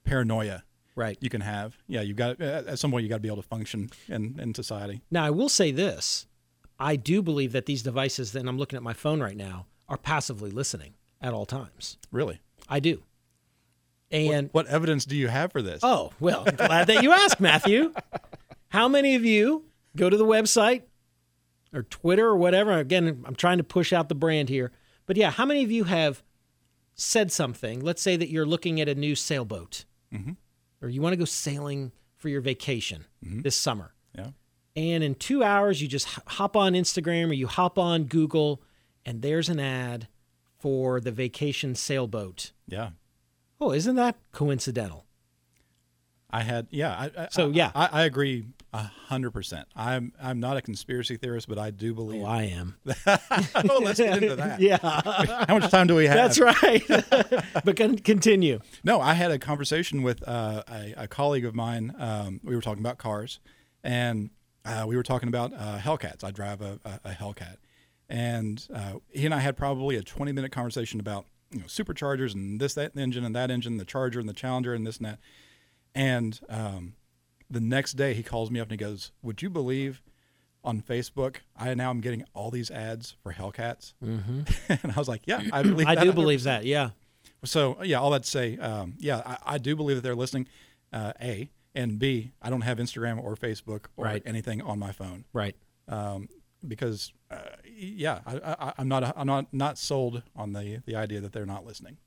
paranoia.
right
You can have. Yeah. You got at at some point. You got to be able to function in in society.
now i will say this i do believe that these devices and i'm looking at my phone right now are passively listening at all times
Really.
i do and
What evidence do you have for this?
oh well I'm glad that you asked matthew how many of you go to the website or twitter or whatever again i'm trying to push out the brand here but yeah how many of you have said something, let's say that you're looking at a new sailboat or you want to go sailing for your vacation this summer.
Yeah.
And in two hours, you just h- hop on Instagram or you hop on Google and there's an ad for the vacation sailboat.
Yeah.
Oh, isn't that coincidental?
I had, yeah. I, I,
So, yeah.
I, I agree a hundred percent. I'm I'm not a conspiracy theorist, but I do believe.
Oh, I am.
oh, let's get into that.
yeah,
How much time do we have?
that's right. but con- continue.
No, I had a conversation with uh, a, a colleague of mine. Um, we were talking about cars, and uh, we were talking about uh, Hellcats. I drive a, a, a Hellcat, and uh, he and I had probably a twenty-minute conversation about you know superchargers and this that engine and that engine, the Charger and the Challenger and this and that. And um, the next day, he calls me up and he goes, "Would you believe?" On Facebook, I now am getting all these ads for Hellcats, mm-hmm. and I was like, "Yeah, I believe."
I
that
do
100%.
believe that. Yeah.
So yeah, all that to say, um, yeah, I, I do believe that they're listening. Uh, A and B, I don't have Instagram or Facebook or
Right.
anything on my phone
Right.
because, uh, yeah, I, I, I'm not I'm not not sold on the the idea that they're not listening.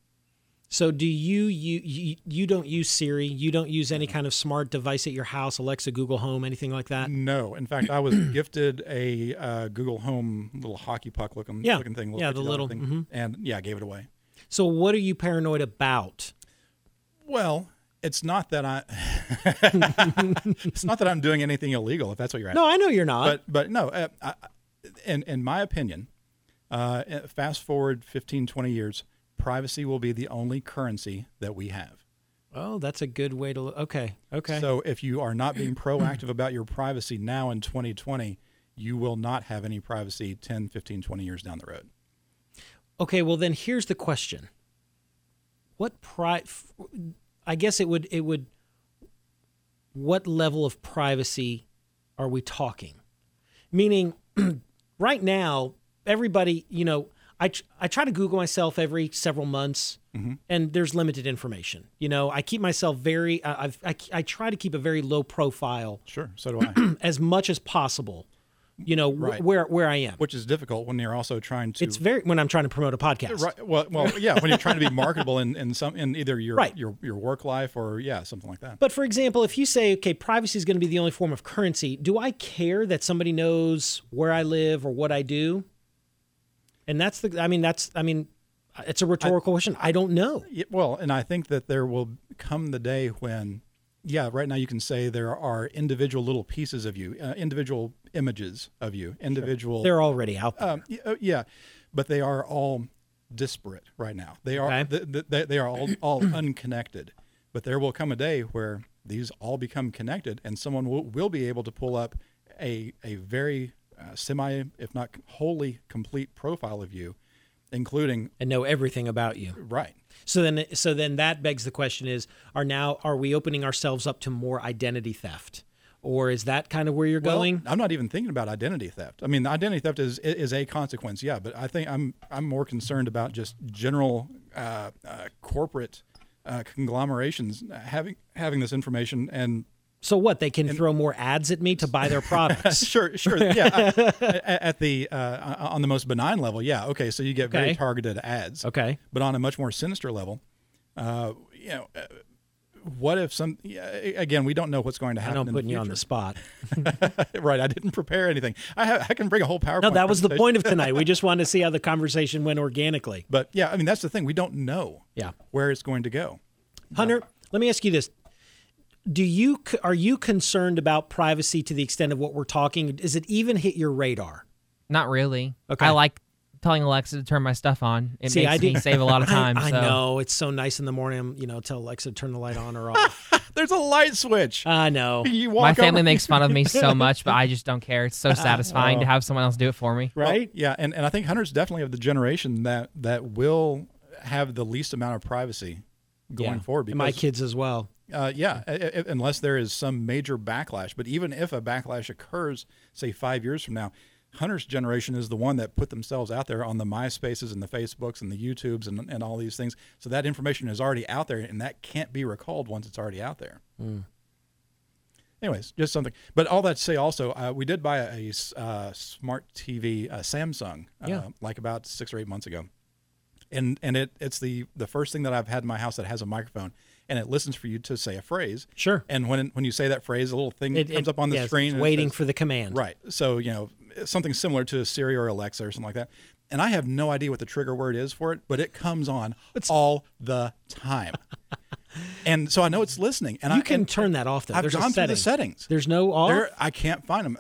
So do you you you, you don't use Siri? You don't use any kind of smart device at your house, Alexa, Google Home, anything like that?
No, in fact, I was gifted a uh, Google Home little hockey puck looking
Yeah.
looking thing,
Yeah, the
$50
little- mm-hmm.
thing, and yeah, I gave it away.
So what are you paranoid about?
Well, it's not that I, it's not that I'm doing anything illegal. If that's what you're asking.
No, I know you're not.
but but no uh, I, I- in in my opinion uh, uh, fast forward 15 20 years privacy will be the only currency that we have
oh, that's a good way to. lo- Okay, okay.
so if you are not being proactive about your privacy now in 2020 you will not have any privacy 10 15 20 years down the road
okay, well then here's the question. What pri? f- I guess it would it would. What level of privacy are we talking? Meaning, right now, everybody, you know, I tr- I try to Google myself every several months,
Mm-hmm.
and there's limited information. You know, I keep myself very. I, I've I, I try to keep a very low profile
sure so do i
as much as possible you know, wh-
Right.
where where I am.
which is difficult when you're also trying to
It's very when I'm trying to promote a podcast.
Right. Well, well, yeah. When you're trying to be marketable in, in some in either your
Right.
your your work life or yeah something like that.
But for example, if you say, okay, privacy is going to be the only form of currency, do I care that somebody knows where I live or what I do? And that's the, I mean, that's, I mean, it's a rhetorical question. I don't know.
Yeah, well, and I think that there will come the day when, yeah, right now you can say there are individual little pieces of you, uh, individual images of you, individual.
They're already out there.
um, y- uh, yeah, but they are all disparate right now. They are
Okay.
th- th- they, they are all all unconnected. But there will come a day where these all become connected, and someone will, will be able to pull up a a very uh, semi, if not wholly complete profile of you, including
and know everything about you.
right.
So then, so then that begs the question: Is are now are we opening ourselves up to more identity theft, or is that kind of where you're
Well,
going?
I'm not even thinking about identity theft. I mean, identity theft is is a consequence, yeah. But I think I'm I'm more concerned about just general uh, uh, corporate uh, conglomerations uh, having having this information and
So what? They can throw more ads at me to buy their products.
sure, sure, yeah. I- a- at the uh, on the most benign level, yeah. Okay, so you get
Okay.
very targeted ads.
Okay.
But on a much more sinister level, uh, you know, uh, what if some? Yeah, a- again, we don't know what's going to
I
happen.
know I'm
in the
putting you on the
future.
spot.
right. I didn't prepare anything. I have, I can bring a whole PowerPoint.
No, that was the
presentation.
point of tonight. We just wanted to see how the conversation went organically.
But yeah, I mean that's the thing. We don't know
Yeah.
where it's going to go.
Hunter, let me ask you this. Do you are you concerned about privacy to the extent of what we're talking? Does it even hit your radar?
Not really.
Okay.
I like telling Alexa to turn my stuff on. It
See,
makes
I do-
me save a lot of time.
I, I
so.
know it's so nice in the morning. You know, tell Alexa to turn the light on or off.
There's a light switch.
I know.
you walk
Uh, My family
over-
makes fun of me so much, but I just don't care. It's
Uh,
so satisfying
oh.
to have someone else do it for me.
Well,
Right?
yeah, and, and I think Hunter's definitely of the generation that that will have the least amount of privacy going
Yeah.
forward.
And my kids as well.
uh, yeah, i- i- unless there is some major backlash. But even if a backlash occurs, say five years from now, Hunter's generation is the one that put themselves out there on the MySpaces and the Facebooks and the YouTubes and, and all these things. So that information is already out there, and that can't be recalled once it's already out there. Anyways, just something. But all that to say, also, uh, we did buy a, s- uh, smart TV, uh, Samsung, uh,
Yeah.
like about six or eight months ago and and it it's the the first thing that I've had in my house that has a microphone and it listens for you to say a phrase.
Sure.
And when when you say that phrase, a little thing
It
comes
it-
up on the
yes,
screen,
it's
and it
waiting
says-
for the command.
right. So you know something similar to Siri or Alexa or something like that. And I have no idea what the trigger word is for it, but it comes on all the time. and so I know it's listening. And I
You can
and
turn that off though.
I've
There's
gone
a
through the
setting.
settings.
There's no off.
There, I can't find them.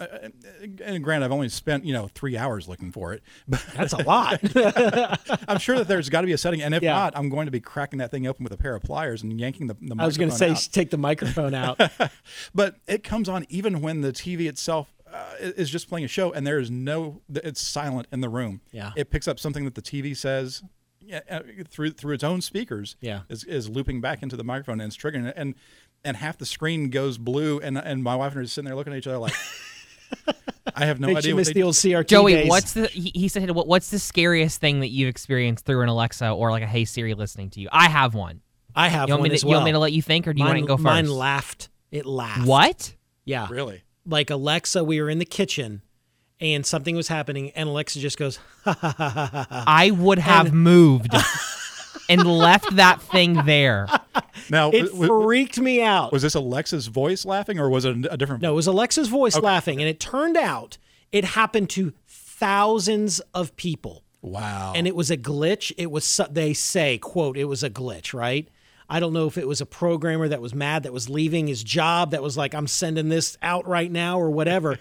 And granted, I've only spent you know three hours looking for it, but
That's a lot.
I'm sure that there's got to be a setting, and if
Yeah.
not, I'm going to be cracking that thing open with a pair of pliers and yanking the. the
I was going to say
microphone out.
take the microphone out.
but it comes on even when the TV itself uh, is just playing a show, and there is no, it's silent in the room.
Yeah.
it picks up something that the TV says yeah, uh, through through its own speakers.
Yeah.
is, is looping back into the microphone and it's triggering it, and and half the screen goes blue, and and my wife and I are sitting there looking at each other like, I have no
Makes
idea.
you
what
miss
they
the old CRT
Joey,
days.
what's the he, he said? What, what's the scariest thing that you've experienced through an Alexa or like a Hey Siri listening to you? I have one.
I have
You want,
one
me to,
as
you
well.
want me to let you think, or do you
mine,
want to go first?
mine laughed. It laughed.
what?
Yeah.
really.
Like Alexa, we were in the kitchen, and something was happening, and Alexa just goes,
I would have moved and left that thing there.
Now,
"It
w- w-
freaked me out."
was this Alexa's voice laughing, or was it a, a different?
no, it was Alexa's voice laughing, and it turned out it happened to thousands of people.
Wow.
and it was a glitch. It was so- they say quote it was a glitch, right? I don't know if it was a programmer that was mad that was leaving his job that was like I'm sending this out right now or whatever.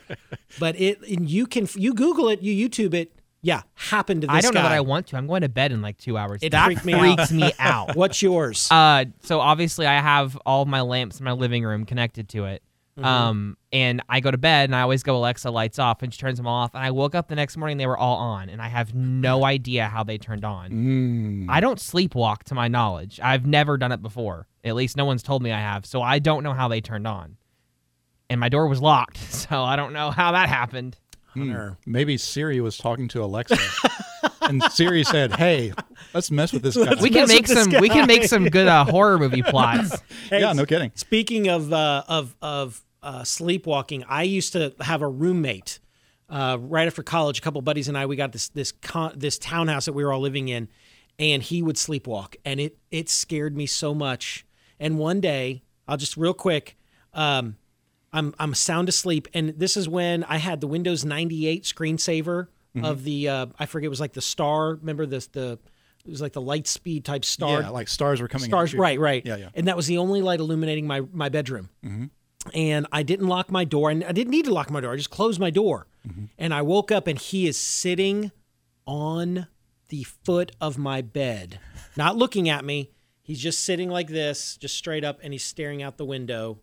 but it and you can you Google it, you YouTube it. Yeah, happened to this
I don't know that
guy.
I want to. I'm going to bed in like two hours.
It
that
freaked me out.
freaks me out.
What's yours?
Uh, so obviously I have all of my lamps in my living room connected to it.
Mm-hmm.
Um, and I go to bed and I always go Alexa lights off and she turns them off. And I woke up the next morning they were all on and I have no idea how they turned on.
Mm.
I don't sleepwalk to my knowledge. I've never done it before. At least no one's told me I have. So I don't know how they turned on. And my door was locked, so I don't know how that happened.
Hunter.
Hmm. Maybe Siri was talking to Alexa, and Siri said, "Hey, let's mess with this guy."
We can
mess
make
with this
some we
guy.
can make some good uh, horror movie plots.
yeah, no kidding.
Speaking of uh, of of uh, sleepwalking, I used to have a roommate uh, right after college, a couple buddies and I we got this this con- this townhouse that we were all living in, and he would sleepwalk, and it it scared me so much. And one day, I'll just real quick. Um, I'm I'm sound asleep, and this is when I had the Windows 98 screensaver of the uh, I forget it was like the star. Remember this the it was like the light speed type star
yeah, like stars were coming. at
stars
you.
right right
Yeah, Mm-hmm. yeah.
and that was the only light illuminating my my bedroom and i didn't lock my door and i didn't need to lock my door i just closed my door
Mm-hmm.
and i woke up and he is sitting on the foot of my bed not looking at me he's just sitting like this just straight up and he's staring out the window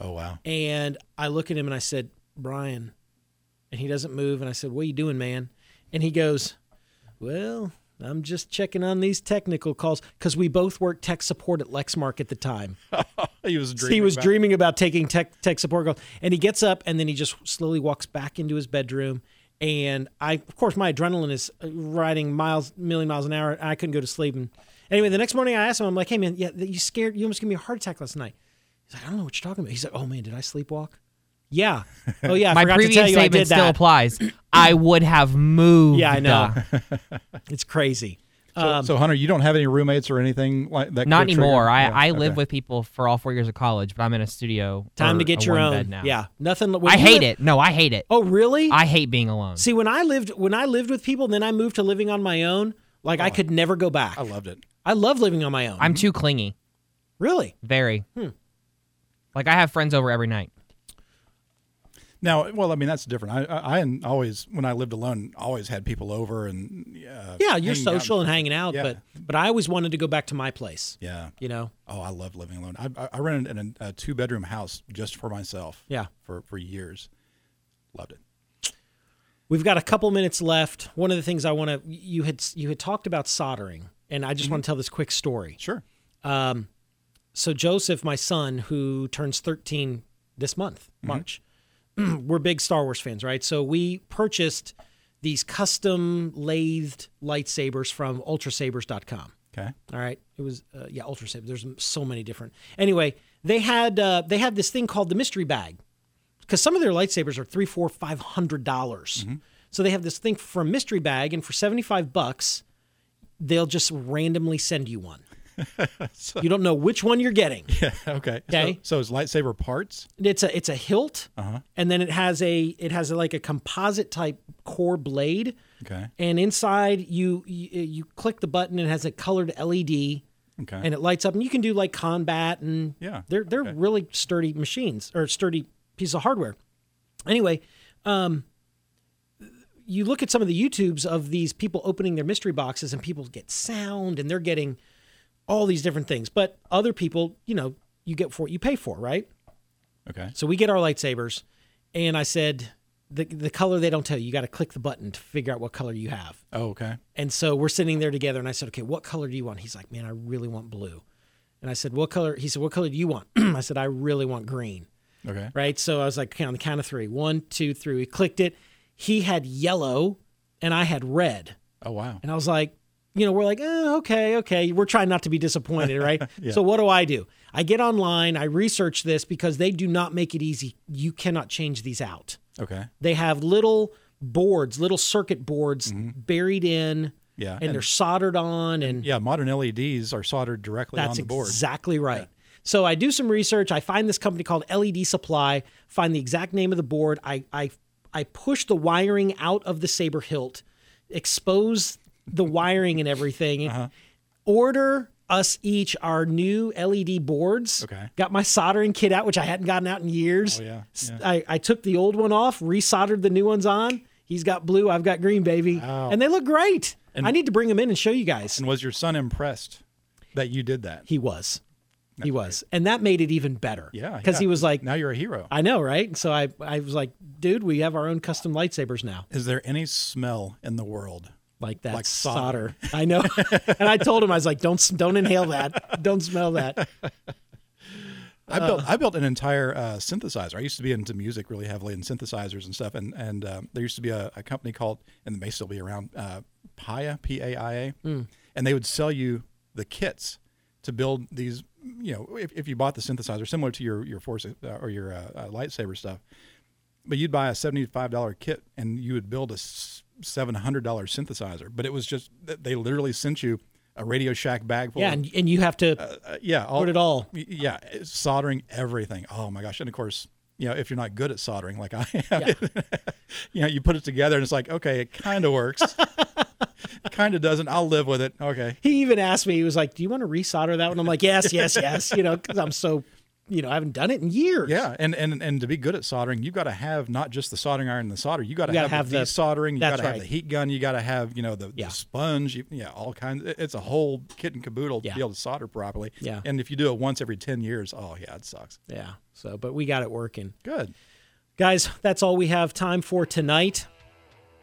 Oh wow.
and I look at him and I said, Brian. And he doesn't move. And I said, What are you doing, man? And he goes, Well, I'm just checking on these technical calls because we both worked tech support at Lexmark at the time.
He was dreaming.
he was
about-
dreaming about taking tech, tech support calls. And he gets up and then he just slowly walks back into his bedroom. And I, of course, my adrenaline is uh, riding miles, million miles an hour. And I couldn't go to sleep. And anyway, the next morning I asked him, I'm like, Hey, man, yeah, you scared, you almost gave me a heart attack last night. He's like, I don't know what you're talking about. He's like, Oh man, did I sleepwalk? Yeah. Oh yeah. I
My
forgot to tell
previous
you I did
statement still
that.
applies. I would have moved.
Yeah, I know. it's crazy.
So, so Hunter, you don't have any roommates or anything like that. could
Not
trigger-
anymore. I,
Yeah,
I live
okay.
with people for all four years of college, but I'm in a studio.
Time
or
to
a
get your
one bed
own.
now.
Yeah. Nothing. when
I
you
hate
live-
it. No, I hate it.
Oh really?
I hate being alone.
See, when I lived when I lived with people, then I moved to living on my own. Like I could never go back.
Oh. I loved it.
I love living on my own.
I'm too clingy.
really
Very.
Hmm.
Like I have friends over every night.
Now, well, I mean that's different. I I, I always when I lived alone, always had people over and uh,
yeah. You're
hanging out.
social and hanging out,
Yeah.
but but I always wanted to go back to my place.
Yeah.
You know.
Oh, I love living alone. I I- I rented an, a two bedroom house just for myself.
Yeah.
For for years, loved it.
We've got a couple minutes left. One of the things I want to you had you had talked about soldering, and I
Mm-hmm.
just want to tell this quick story.
Sure.
Um, so Joseph, my son, who turns 13 this month,
Mm-hmm.
March, we're big Star Wars fans, right? So we purchased these custom lathed lightsabers from ultrasabers.com.
Okay.
All right, it was uh, yeah, ultrasaber. There's so many different. Anyway, they had uh, they had this thing called the mystery bag because some of their lightsabers are three, four, five hundred dollars. So they have this thing for a mystery bag, and for seventy five bucks, they'll just randomly send you one. you don't know which one you're getting.
okay.
Okay.
So, so is lightsaber parts?
It's a it's a hilt, and then it has a it has a, like a composite type core blade,
Okay.
and inside you, you you click the button, and it has a colored E LED.
Okay.
and it lights up and you can do like combat and
Yeah,
they're they're really sturdy machines or sturdy piece of hardware anyway um you look at some of the youtubes of these people opening their mystery boxes and people get sound and they're getting all these different things but other people you know you get for what you pay for right
okay.
so we get our lightsabers, and I said the the color they don't tell you. You got to click the button to figure out what color you have.
Oh, okay.
And so we're sitting there together, and I said, "Okay, what color do you want?" He's like, "Man, I really want blue." And I said, "What color?" He said, "What color do you want?" I said, "I really want green."
Okay.
Right. So I was like, "Okay, on the count of three: one, two, three." We clicked it. He had yellow, and I had red.
Oh wow.
And I was like, you know, we're like, eh, okay, okay. We're trying not to be disappointed, right? So what do I do? I get online, I research this because they do not make it easy. You cannot change these out.
Okay.
They have little boards, little circuit boards buried in,
Mm-hmm. Yeah,
and,
and-
they're soldered on, and
Yeah, modern LEDs are soldered directly on
that's
the board.
exactly right. So I do some research. I find this company called LED Supply. Find the exact name of the board. I I I push the wiring out of the saber hilt, expose the wiring and everything.
Uh-huh.
Order us each our new LED boards.
Okay. Oh,
Got my soldering kit out, which I hadn't gotten out in years.
yeah,
S- I, I took the old one off, resoldered the new ones on. He's got blue, I've got green, baby. And they look great. I need to bring them in and show you guys.
And was your son impressed that you did that?
He was. he was. And that made it even better.
Yeah.
Because
yeah.
he was like,
now you're a hero.
I know, right? And so I, I was like, dude, we have our own custom lightsabers now.
Is there any smell in the world?
Like that
Like
solder.
solder.
I know. and I told him, I was like, don't s- don't inhale that. Don't smell that.
I built I built an entire uh, synthesizer. I used to be into music really heavily and synthesizers and stuff. And and um, there used to be a, a company called and it may still be around uh, Paya P A I A,
Hmm.
and they would sell you the kits to build these. You know, if, if you bought the synthesizer, similar to your your force uh, or your uh, uh, lightsaber stuff, But you'd buy a seventy-five dollar kit, and you would build a seven hundred dollar synthesizer. But it was just that they literally sent you a Radio Shack bag full.
Yeah,
of,
and, and you have to
uh, yeah, all,
put it all.
y- yeah, soldering everything. Oh my gosh! And of course, you know, if you're not good at soldering like I am, you know, you put it together, and it's like, okay, it kind of works, kind of doesn't. I'll live with it. Okay.
He even asked me, he was like, Do you want to resolder that one? I'm like, Yes, yes, yes. You know, because I'm so, you know, I haven't done it in years.
Yeah, and, and and to be good at soldering, you've got to have not just the soldering iron and the solder. You got to
You
have, the soldering. You
that's
got to have
right.
the heat gun. You got to have you know the,
Yeah.
the sponge. You, yeah, all kinds. it- It's a whole kit and caboodle to
Yeah.
be able to solder properly.
Yeah.
and if you do it once every ten years, oh yeah, it sucks.
Yeah. So, but we got it working.
Good.
Guys, that's all we have time for tonight.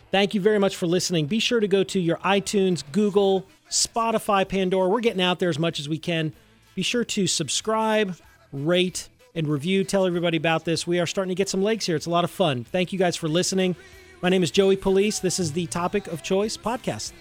Thank you very much for listening. Be sure to go to your iTunes, Google, Spotify, Pandora. We're getting out there as much as we can. Be sure to subscribe, rate, and review. Tell everybody about this. We are starting to get some legs here. It's a lot of fun. Thank you guys for listening. My name is Joey Police. This is the Topic of Choice podcast.